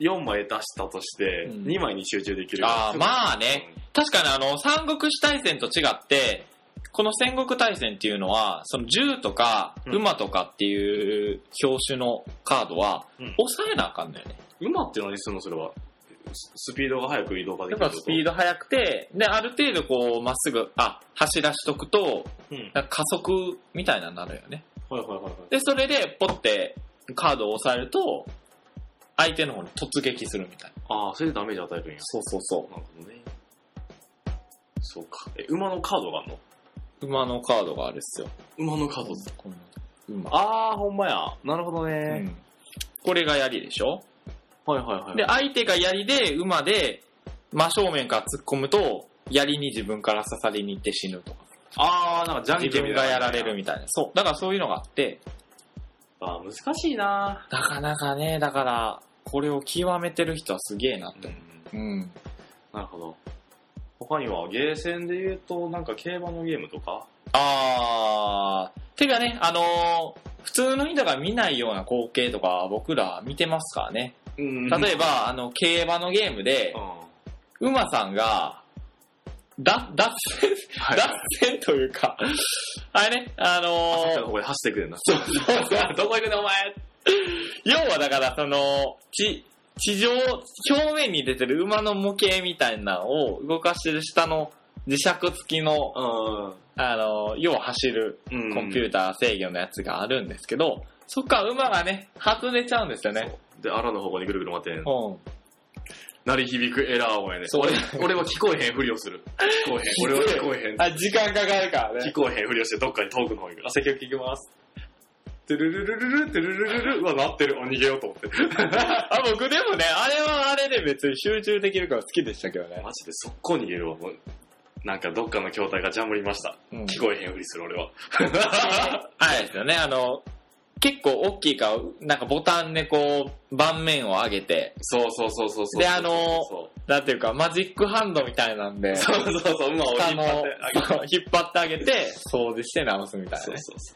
4枚出したとして、
うん
2枚に集中できる。
あーまあね。確かにあの、三国志大戦と違って、この戦国大戦っていうのは、その銃とか
うん
馬とかっていう表種のカードは、
うん
抑えなあかんのよね。
馬って何するのそれは。ススピードが速く移動がで
だ
き
か
る
らスピー
ド。
ド速くて、で、ある程度こう、まっすぐ、あ、走らしとくと、
うん。
なんか加速みたいなのになるよね。
はいはいはいはい。
で、それで、ポってカードを押さえると、相手の方に突撃するみたいな。
ああ、それでダメージ与えるんや。
そうそうそ
なるほどね。そうか。え、馬のカードがあんの
う。馬のカードがあるっすよ。
馬のカード
こんな馬。
ああ、ほんまや。なるほど
う
ね。
んこれが槍でしょ
はいはいはい。
で、相手が槍で、馬で、真正面から突っ込むと、槍に自分から刺さりに行って死ぬとか。
ああ、なんかジャンケン
自分
みた
が
いな
やられるみたいな。そう。だからそういうのがあって、
あー難しいな
なかなかね、だから、これを極めてる人はすげえなっ
う
て。
ん。
うん。
なるほど。他には、ゲーセンで言うと、なんか競馬のゲームとか
あー。てかね、あのー普通の人が見ないような光景とか僕ら見てますからね。
うん例えば、
例えば、あの、競馬のゲームで、馬さんが、だ、脱線、
はい
脱線というか、あれね、あのー
ここで走ってくれな。
そうそうそう、どこ行くのお前要はだから、その、地、地上、表面に出てる馬の模型みたいなのを動かしてる下の磁石付きの、あの、要は走る
うん。
コンピューター制御のやつがあるんですけど、そっから馬がね、外れちゃうんですよね。
そうで、アラの方向にぐるぐる回ってん。
うん。
鳴り響くエラー音やね。
そう
俺俺は聞こえへんふりをする。聞こえへん。俺は聞こえへん。
あ、時間かかるから
聞
ね。
こえへんふりをしてどっかに遠くの方に行く。あ、席を聞きます。てるるるるる、てるるるる、うわ、なってる。あ、逃げようと思って。
あ、僕でもね、あれはあれで別に集中できるから好きでしたけど ね。
マジで速攻逃げるわ。もうなんかどっかの筐体がジャムりました。
うん
聞こえへんふりする俺は。
あれですよね、あの、結構大きいから、なんかボタンでこう、盤面を上げて、
そうそうそうそうそう。
であのー
そう
なんていうか、マジックハンドみたいなんで、
そうそうそうそう、馬を
下
引っ張っ
の
てあげる。
そう引っ張ってあげて、掃除して直すみたいな
そう
ね。
そうそ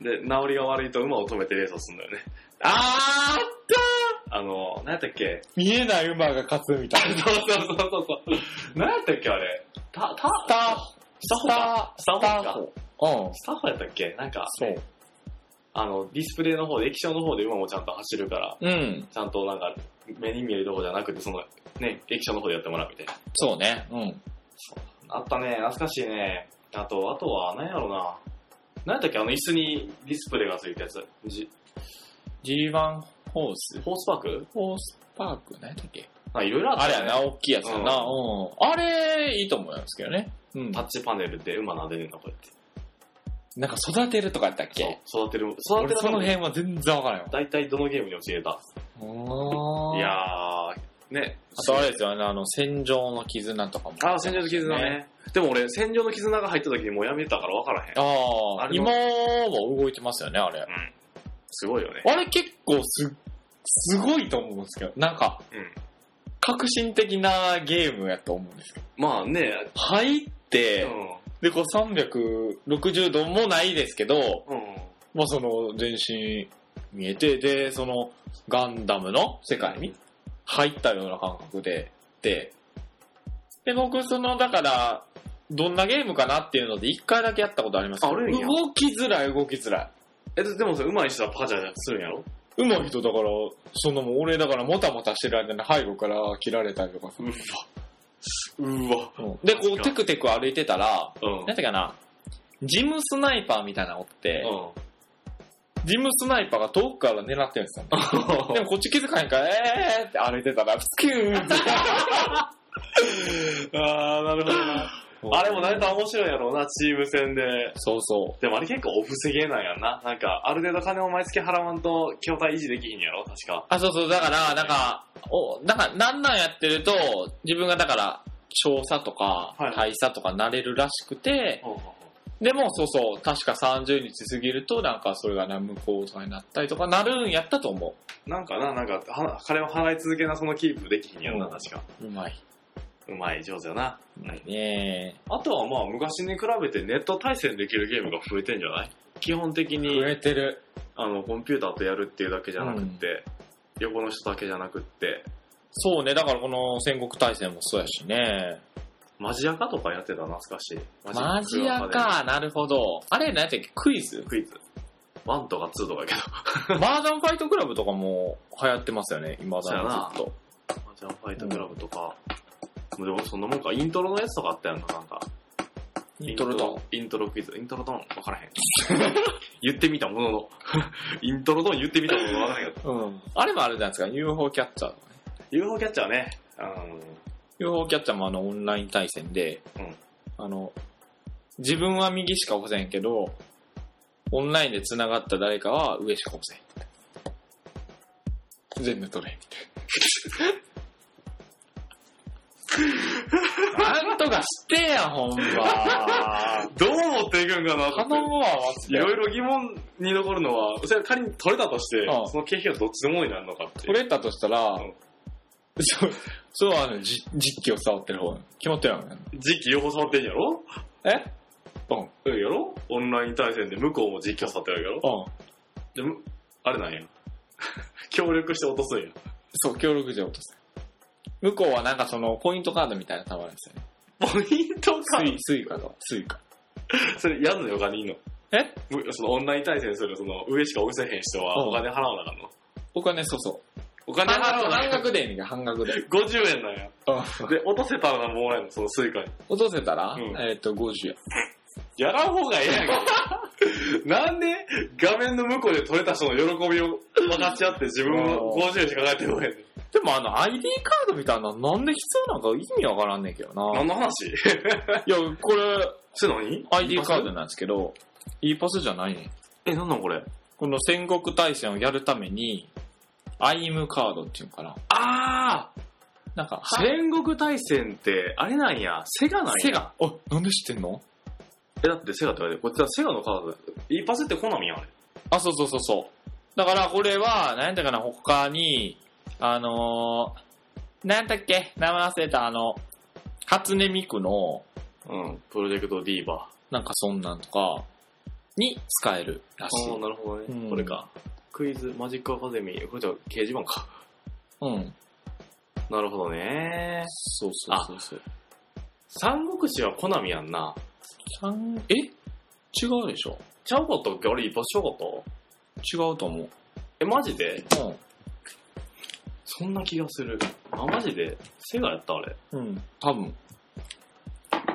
う。で、治りが悪いと馬を止めてレースをするんだよね。
あーあった
あのー、何やったっけ
ー見えない馬が勝つみたい
そう
な。
そうそうそうそう。何やったっけあれ。た、た、
スター、
スタ
スター、
スターホ
ホ。うん。
スタッフやったっけなんか、
そう。
あの、ディスプレイの方で、液晶の方で馬もちゃんと走るから、
うん。
ちゃんとなんか、目に見えるとこじゃなくて、その、ね、液晶の方でやってもらうみたいな。
そうね。うん。
あったね、懐かしいね。あと、あとは、何やろうな。何やったっけあの椅子にディスプレイがついたやつ。じ
G1 ホース。
ホースパーク
ホースパーク、何やったっけ
あ、いろい ろあっ
あ
た、
れ
ね。
やな、大きいやつやな。うん。あれ、いいと思いますけどね。うん
タ。ッチパネルで馬撫でねんの、こうやって。
なんか育てるとかやったっけ
そう、育てる、育て
俺
る
その辺は全然わからんよ。
大体どのゲームに教えたいやー、ね。
あとあれですよね、あの、戦場の絆とかも。
あー、戦場の絆ね。。でも俺、戦場の絆が入った時にもうやめてたから分からへん。
あ
あ
あ、
れ
今
も
も動いてますよね、あれ。
うん。すごいよね。
あれ結構す、すごいと思うんですけど、なんか、
うん
革新的なゲームやと思うんですけど。
まあね、
入って、
う
で、こう360度もないですけど、
ん。うん。
まあその、全身見えて、で、その、ガンダムの世界に入ったような感覚で、で、で、僕、その、だから、どんなゲームかなっていうので、一回だけやったことありますけど、
ああるんや
動きづらい、動きづらい。
え、ででもさ、上手い人はパチャするんやろ
うまい人だから、そのもう俺だからもたもたしてる間に背後から切られたりとかす
う
る。
わ。うわ。
で、こうテクテク歩いてたら、
うん。うん
なんていうかな、ジムスナイパーみたいなのおって、ジムスナイパーが遠くから狙ってるんですよ、ね。でもこっち気づかへんから、えーって歩いてたら、スキューンって。
あー、なるほどな。あれもなんか面白いやろうな、チーム戦で。
そうそ
でもあれ結構お布施ゲーなんやんな。なんか、ある程度金を毎月払わんと、筐体維持できひんやろ確か。
う。あ、そうそう、だから、なんか、お、なんか、なんなんやってると、自分がだから、少佐とか
はい、
大佐とかなれるらしくて、
ほうほ
でも、そうそう、確か30日過ぎると、なんかそれがね、無効とかになったりとか、なるんやったと思
うなんかな、なんか、は金を払い続けな、そのキープできひんやろな、
うん
確か。
う。うまい。
うまい、上手やな。
うまいね
あとはまあ、昔に比べてネット対戦できるゲームが増えてんじゃない基本的に。
増えてる。
あの、コンピューターとやるっていうだけじゃなくって、横の人だけじゃなくって、
そうね、だからこの戦国大戦もそうやしね。
マジアカとかやってた、懐かしい。
マジや。か、なるほど。あれ、何やったっけ、クイズ
クイズ。ワンとかツーとかやけど。
マージャンファイトクラブとかも流行ってますよね、今だにずっと。
マジアファイトクラブとか。もうでもそんなもんか、イントロのやつとかあったやんか、なんか。
イントロドン。
イントロクイズ。イントロドン、わからへん。言ってみたもの の。イントロドン言ってみたもののわからへんけど。
うん。あれもあるじゃないですか、UFO キャッチャー。
UFO キャッチャーね。う
UFO キャッチャーもあの、オンライン対戦で、
うん
あの、自分は右しか押せんけど、オンラインで繋がった誰かは上しか押せん。全部取れ、 みたいな。なんとかしてや、ほんま。
ん。 どう思っていくんかなと
頼
思って
むわ、マジ
い
で。
ろいろ疑問に残るのは、それは仮に取れたとして、
うん
その経費がどっちのものになるのかっていう。
取れたとしたら
ん、
そう、そうはあの、じ実機を触ってる方。決まってるやん。
時期両方触ってんやろ
え
うん、やろオンライン対戦で向こうも実況触ってるやろ
うん。
でむあれなんや。 協力して落とすんや。
そう、協力上落とす。向こうはなんかその、ポイントカードみたいなのたまるんですよね。
ポイントか
ス。イスイカとスイカ。
それやんのよ、お金いんの。
え
むそのオンライン対戦する、その上しか押せへん人は
うん
お金払わなあかんの。
僕はね、そうそう。
お金
半
払
額
わなあ
半
かん。
額でいいねんけど半額で。
50円なんや。で、落とせたらもらえんの、そのスイカに。
落とせたら、
うん
えっ、と、50円。
やらん方がええやんか。 なんで画面の向こうで撮れた人の喜びを分かっちゃって自分は50円しか返ってこへんねん。
でもあの ID カードみたいなのなんで必要なんか意味わからんねんけどな。
何
い
の話
や、これ
それ何
ID カードなんですけど、E パスじゃないねん。
え、なんなんこれ
この戦国大戦をやるために、IM カードっていうのかな。
あ
なんか、
ー戦国大戦って、あれなんや、セガなんや。
セガ。あ、なんで知ってんの
え、だってセガって言われて、こっちはセガのカードだよ。イーパスってコナミやんあれ。
あ、そうそうそうそう。だからこれは、なんだかな、他に、あのー、なんだっけ、名前忘れた、あの、初音ミクの、
うん、プロジェクトディーバ
なんかそんなんとか、に使える
ー。
らしい。
なるほど
うん。
クイズ、マジックアカデミー。これじゃあ掲示板か。
うん。
なるほどね。
そうそうそうそう。
三国志はコナミやんな。
三え違うでしょ
ちゃうかったっけあれイーパスちゃうかった
違うと思う。
え、マジで
うん。
そんな気がする。あ、マジでセガやったあれ。
うん。多分。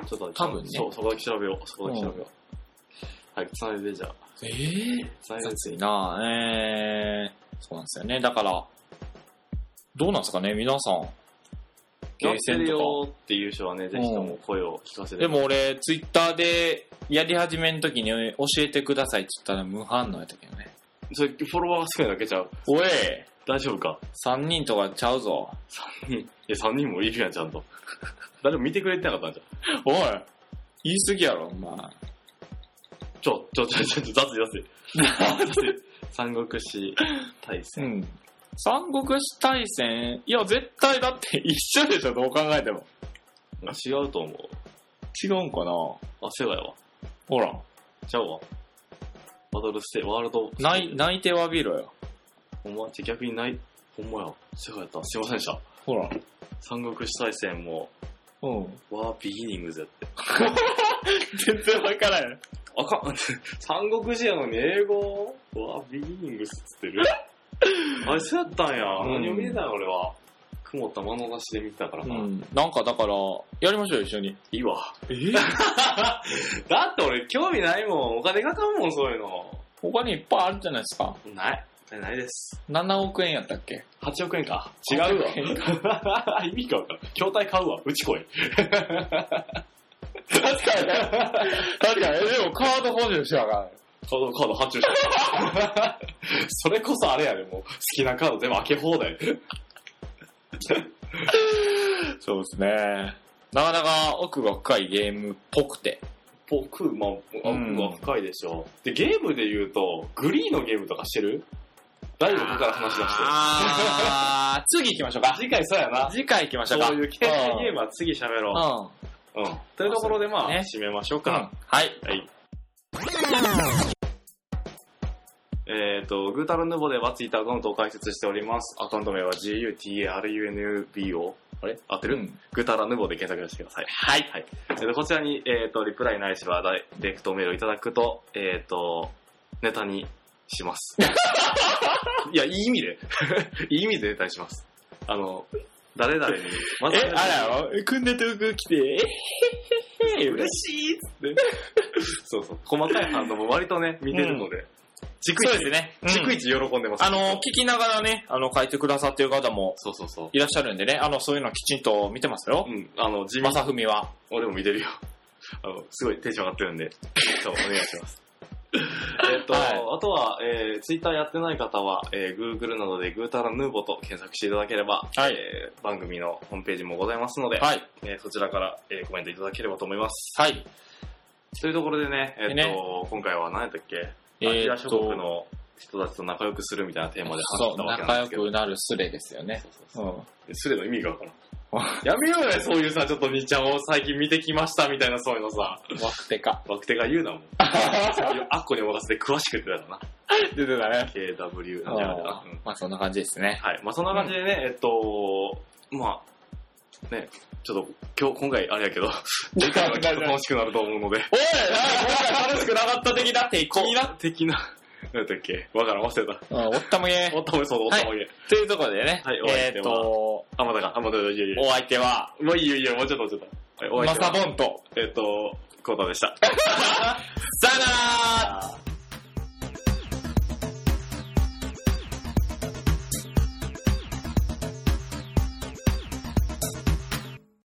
ちょっと待って
多分ね
そう、そこだけ調べよう。そこだけ調べよう。はい、つないでじゃあ。
ええ
つないで。
雑いなぁえー、そうなんですよね。だから、どうなんですかね、皆さん。ゲ
や
ー
って
セン
る
と
よーっていう人はね、ぜひとも声を聞か
か。
せて。
でも俺、ツイッターでやり始めの時に教えてくださいって言ったら無反応やったけどね。
それ、フォロワーが少ないだけちゃう。
おい
大丈夫か
!3 人とかちゃうぞ。
いや、3人もいるやん、ちゃんと。誰も見てくれてなかったんじゃ
おい言い過ぎやろ、お前。
ん。ちょ、ちょ、ちょ、ちょ、ちょ雑い雑い。雑 い。三国志大
う
戦。
ん。三国志大戦いや、絶対だって一緒でしょ、どう考えても。
違うと思う。
違うんかな
あ、セガやわ。
ほら、
ちゃうわ。バトルステー、ワールド。
泣い、泣いて詫びろよ。
ほんま、じゃあ逆にない。ほんまや。セガやった。すいませんでした。
ほら。
三国志大戦も、
うん。
わー、ビギニングズやって。
全然わからん。
あかん、 三国志やのに英語わ、ビギニングスっつっ てる。あれ、そうやったんや。
うん
何を見てたんや、俺は。曇ったまのなしで見てたから
う
な。
ん。なんかだから、やりましょうよ、一緒に。
いいわ。
え
だって俺、興味ないもん。お金かかんもん、そういうの。
他にいっぱいあるじゃないですか。
ない。ないです。
7億円やったっけ
8億円か。
違
違
うわ
うわ。 意味がわからん。筐体買うわ。うち来い。
確かにね。確かに。でもカード補充しやが
カード、カード発注した。 それこそあれやで、もう。好きなカード全部開け放題。
そうですね。なかなか奥が深いゲームっぽくて。
僕、まあ、
うん
奥は深いでしょう。で、ゲームで言うと、グリーのゲームとかしてる第6から話し出して
あー、次行きましょう か。
次回そうやな。
次回行きましょうか。
そういう危険なゲームは次喋
うん。
ろう。うん。というところでまあ、
ね
締めましょう
うん。
か。
はい。
はい。えっ、と、グータルヌーボではツイッターアカウントを開設しております。アカウント名は GUTARUNUBO。あれ合ってる、
うん
グータラヌーボで検索してください。
はい。
はい。えーとこちらに、えっ、と、リプライないしはダイレクトメールをいただくと、えっ、と、ネタに します。いや、いい意味で。 いい意味でネタにします。あの、誰々に、ま
え、あら、組んでトーク来て、えへへへ。
嬉しいっつって。そうそう。細かい反応も割とね、見てるので、逐
そうで
一、
すね。
逐一喜んでます。
あの、聞きながらね、あの、書いてくださってる方も
そうそうそう。
いらっしゃるんでね、あの、そういうのきちんと見てますよ
う。ん、あの、地味
まさふみは。
俺も見てるよ。 あの、すごいテンション上がってるんで、そう、お願いし ます。えっと、
はい
あとは、えー、ツイッターやってない方は、えー、Google などでグータラヌーボと検索していただければ、
はい
えー番組のホームページもございますので、
はい。
えーそちらから、えーコメントいただければと思います。
はい。
というところでね、えっ、と、
でね
今回は何やったっけ、
え
アジ
ー
ア
っ
諸
と、
国の人たちと仲良くするみたいなテーマで話
そ
し
う、
たわけなん
仲
で
良
すけど。
くなるスレですよね。
そうそう
う
そ
ん。
うスレの意味がわ からん。
わ
やめようよ、そういうさ、ちょっと兄ちゃんを最近見てきましたみたいなそういうのさ。
くてか。
バクテが言うなもん。あっこにお任せで詳しく言ってたよな。
出てたね。
KW
う
なん
ん
てやらうん
まあ、そんな感じですね。
はい。まあそんな感じでね、えっと、まあ、ね、ちょっと今日、今回あれやけ ど、次回はきっと楽しくなると思うの で、
おい今回楽しくなかった的だって、君だ
的な、なんだっけ、わからん、忘れた。
うん、おったもげ
お。ったまげそう、おったまげ。
というところでね、
はいお相
え
手
ーっ
は
と、
あ、まだか、あ、まだか、いやいやい
お相手は、
や。もういいよいいよ、もうちょっともうちょっと。はい、お
マ
相手
サ
は
ボンと、
えっと、コータでした。
さよなら
あー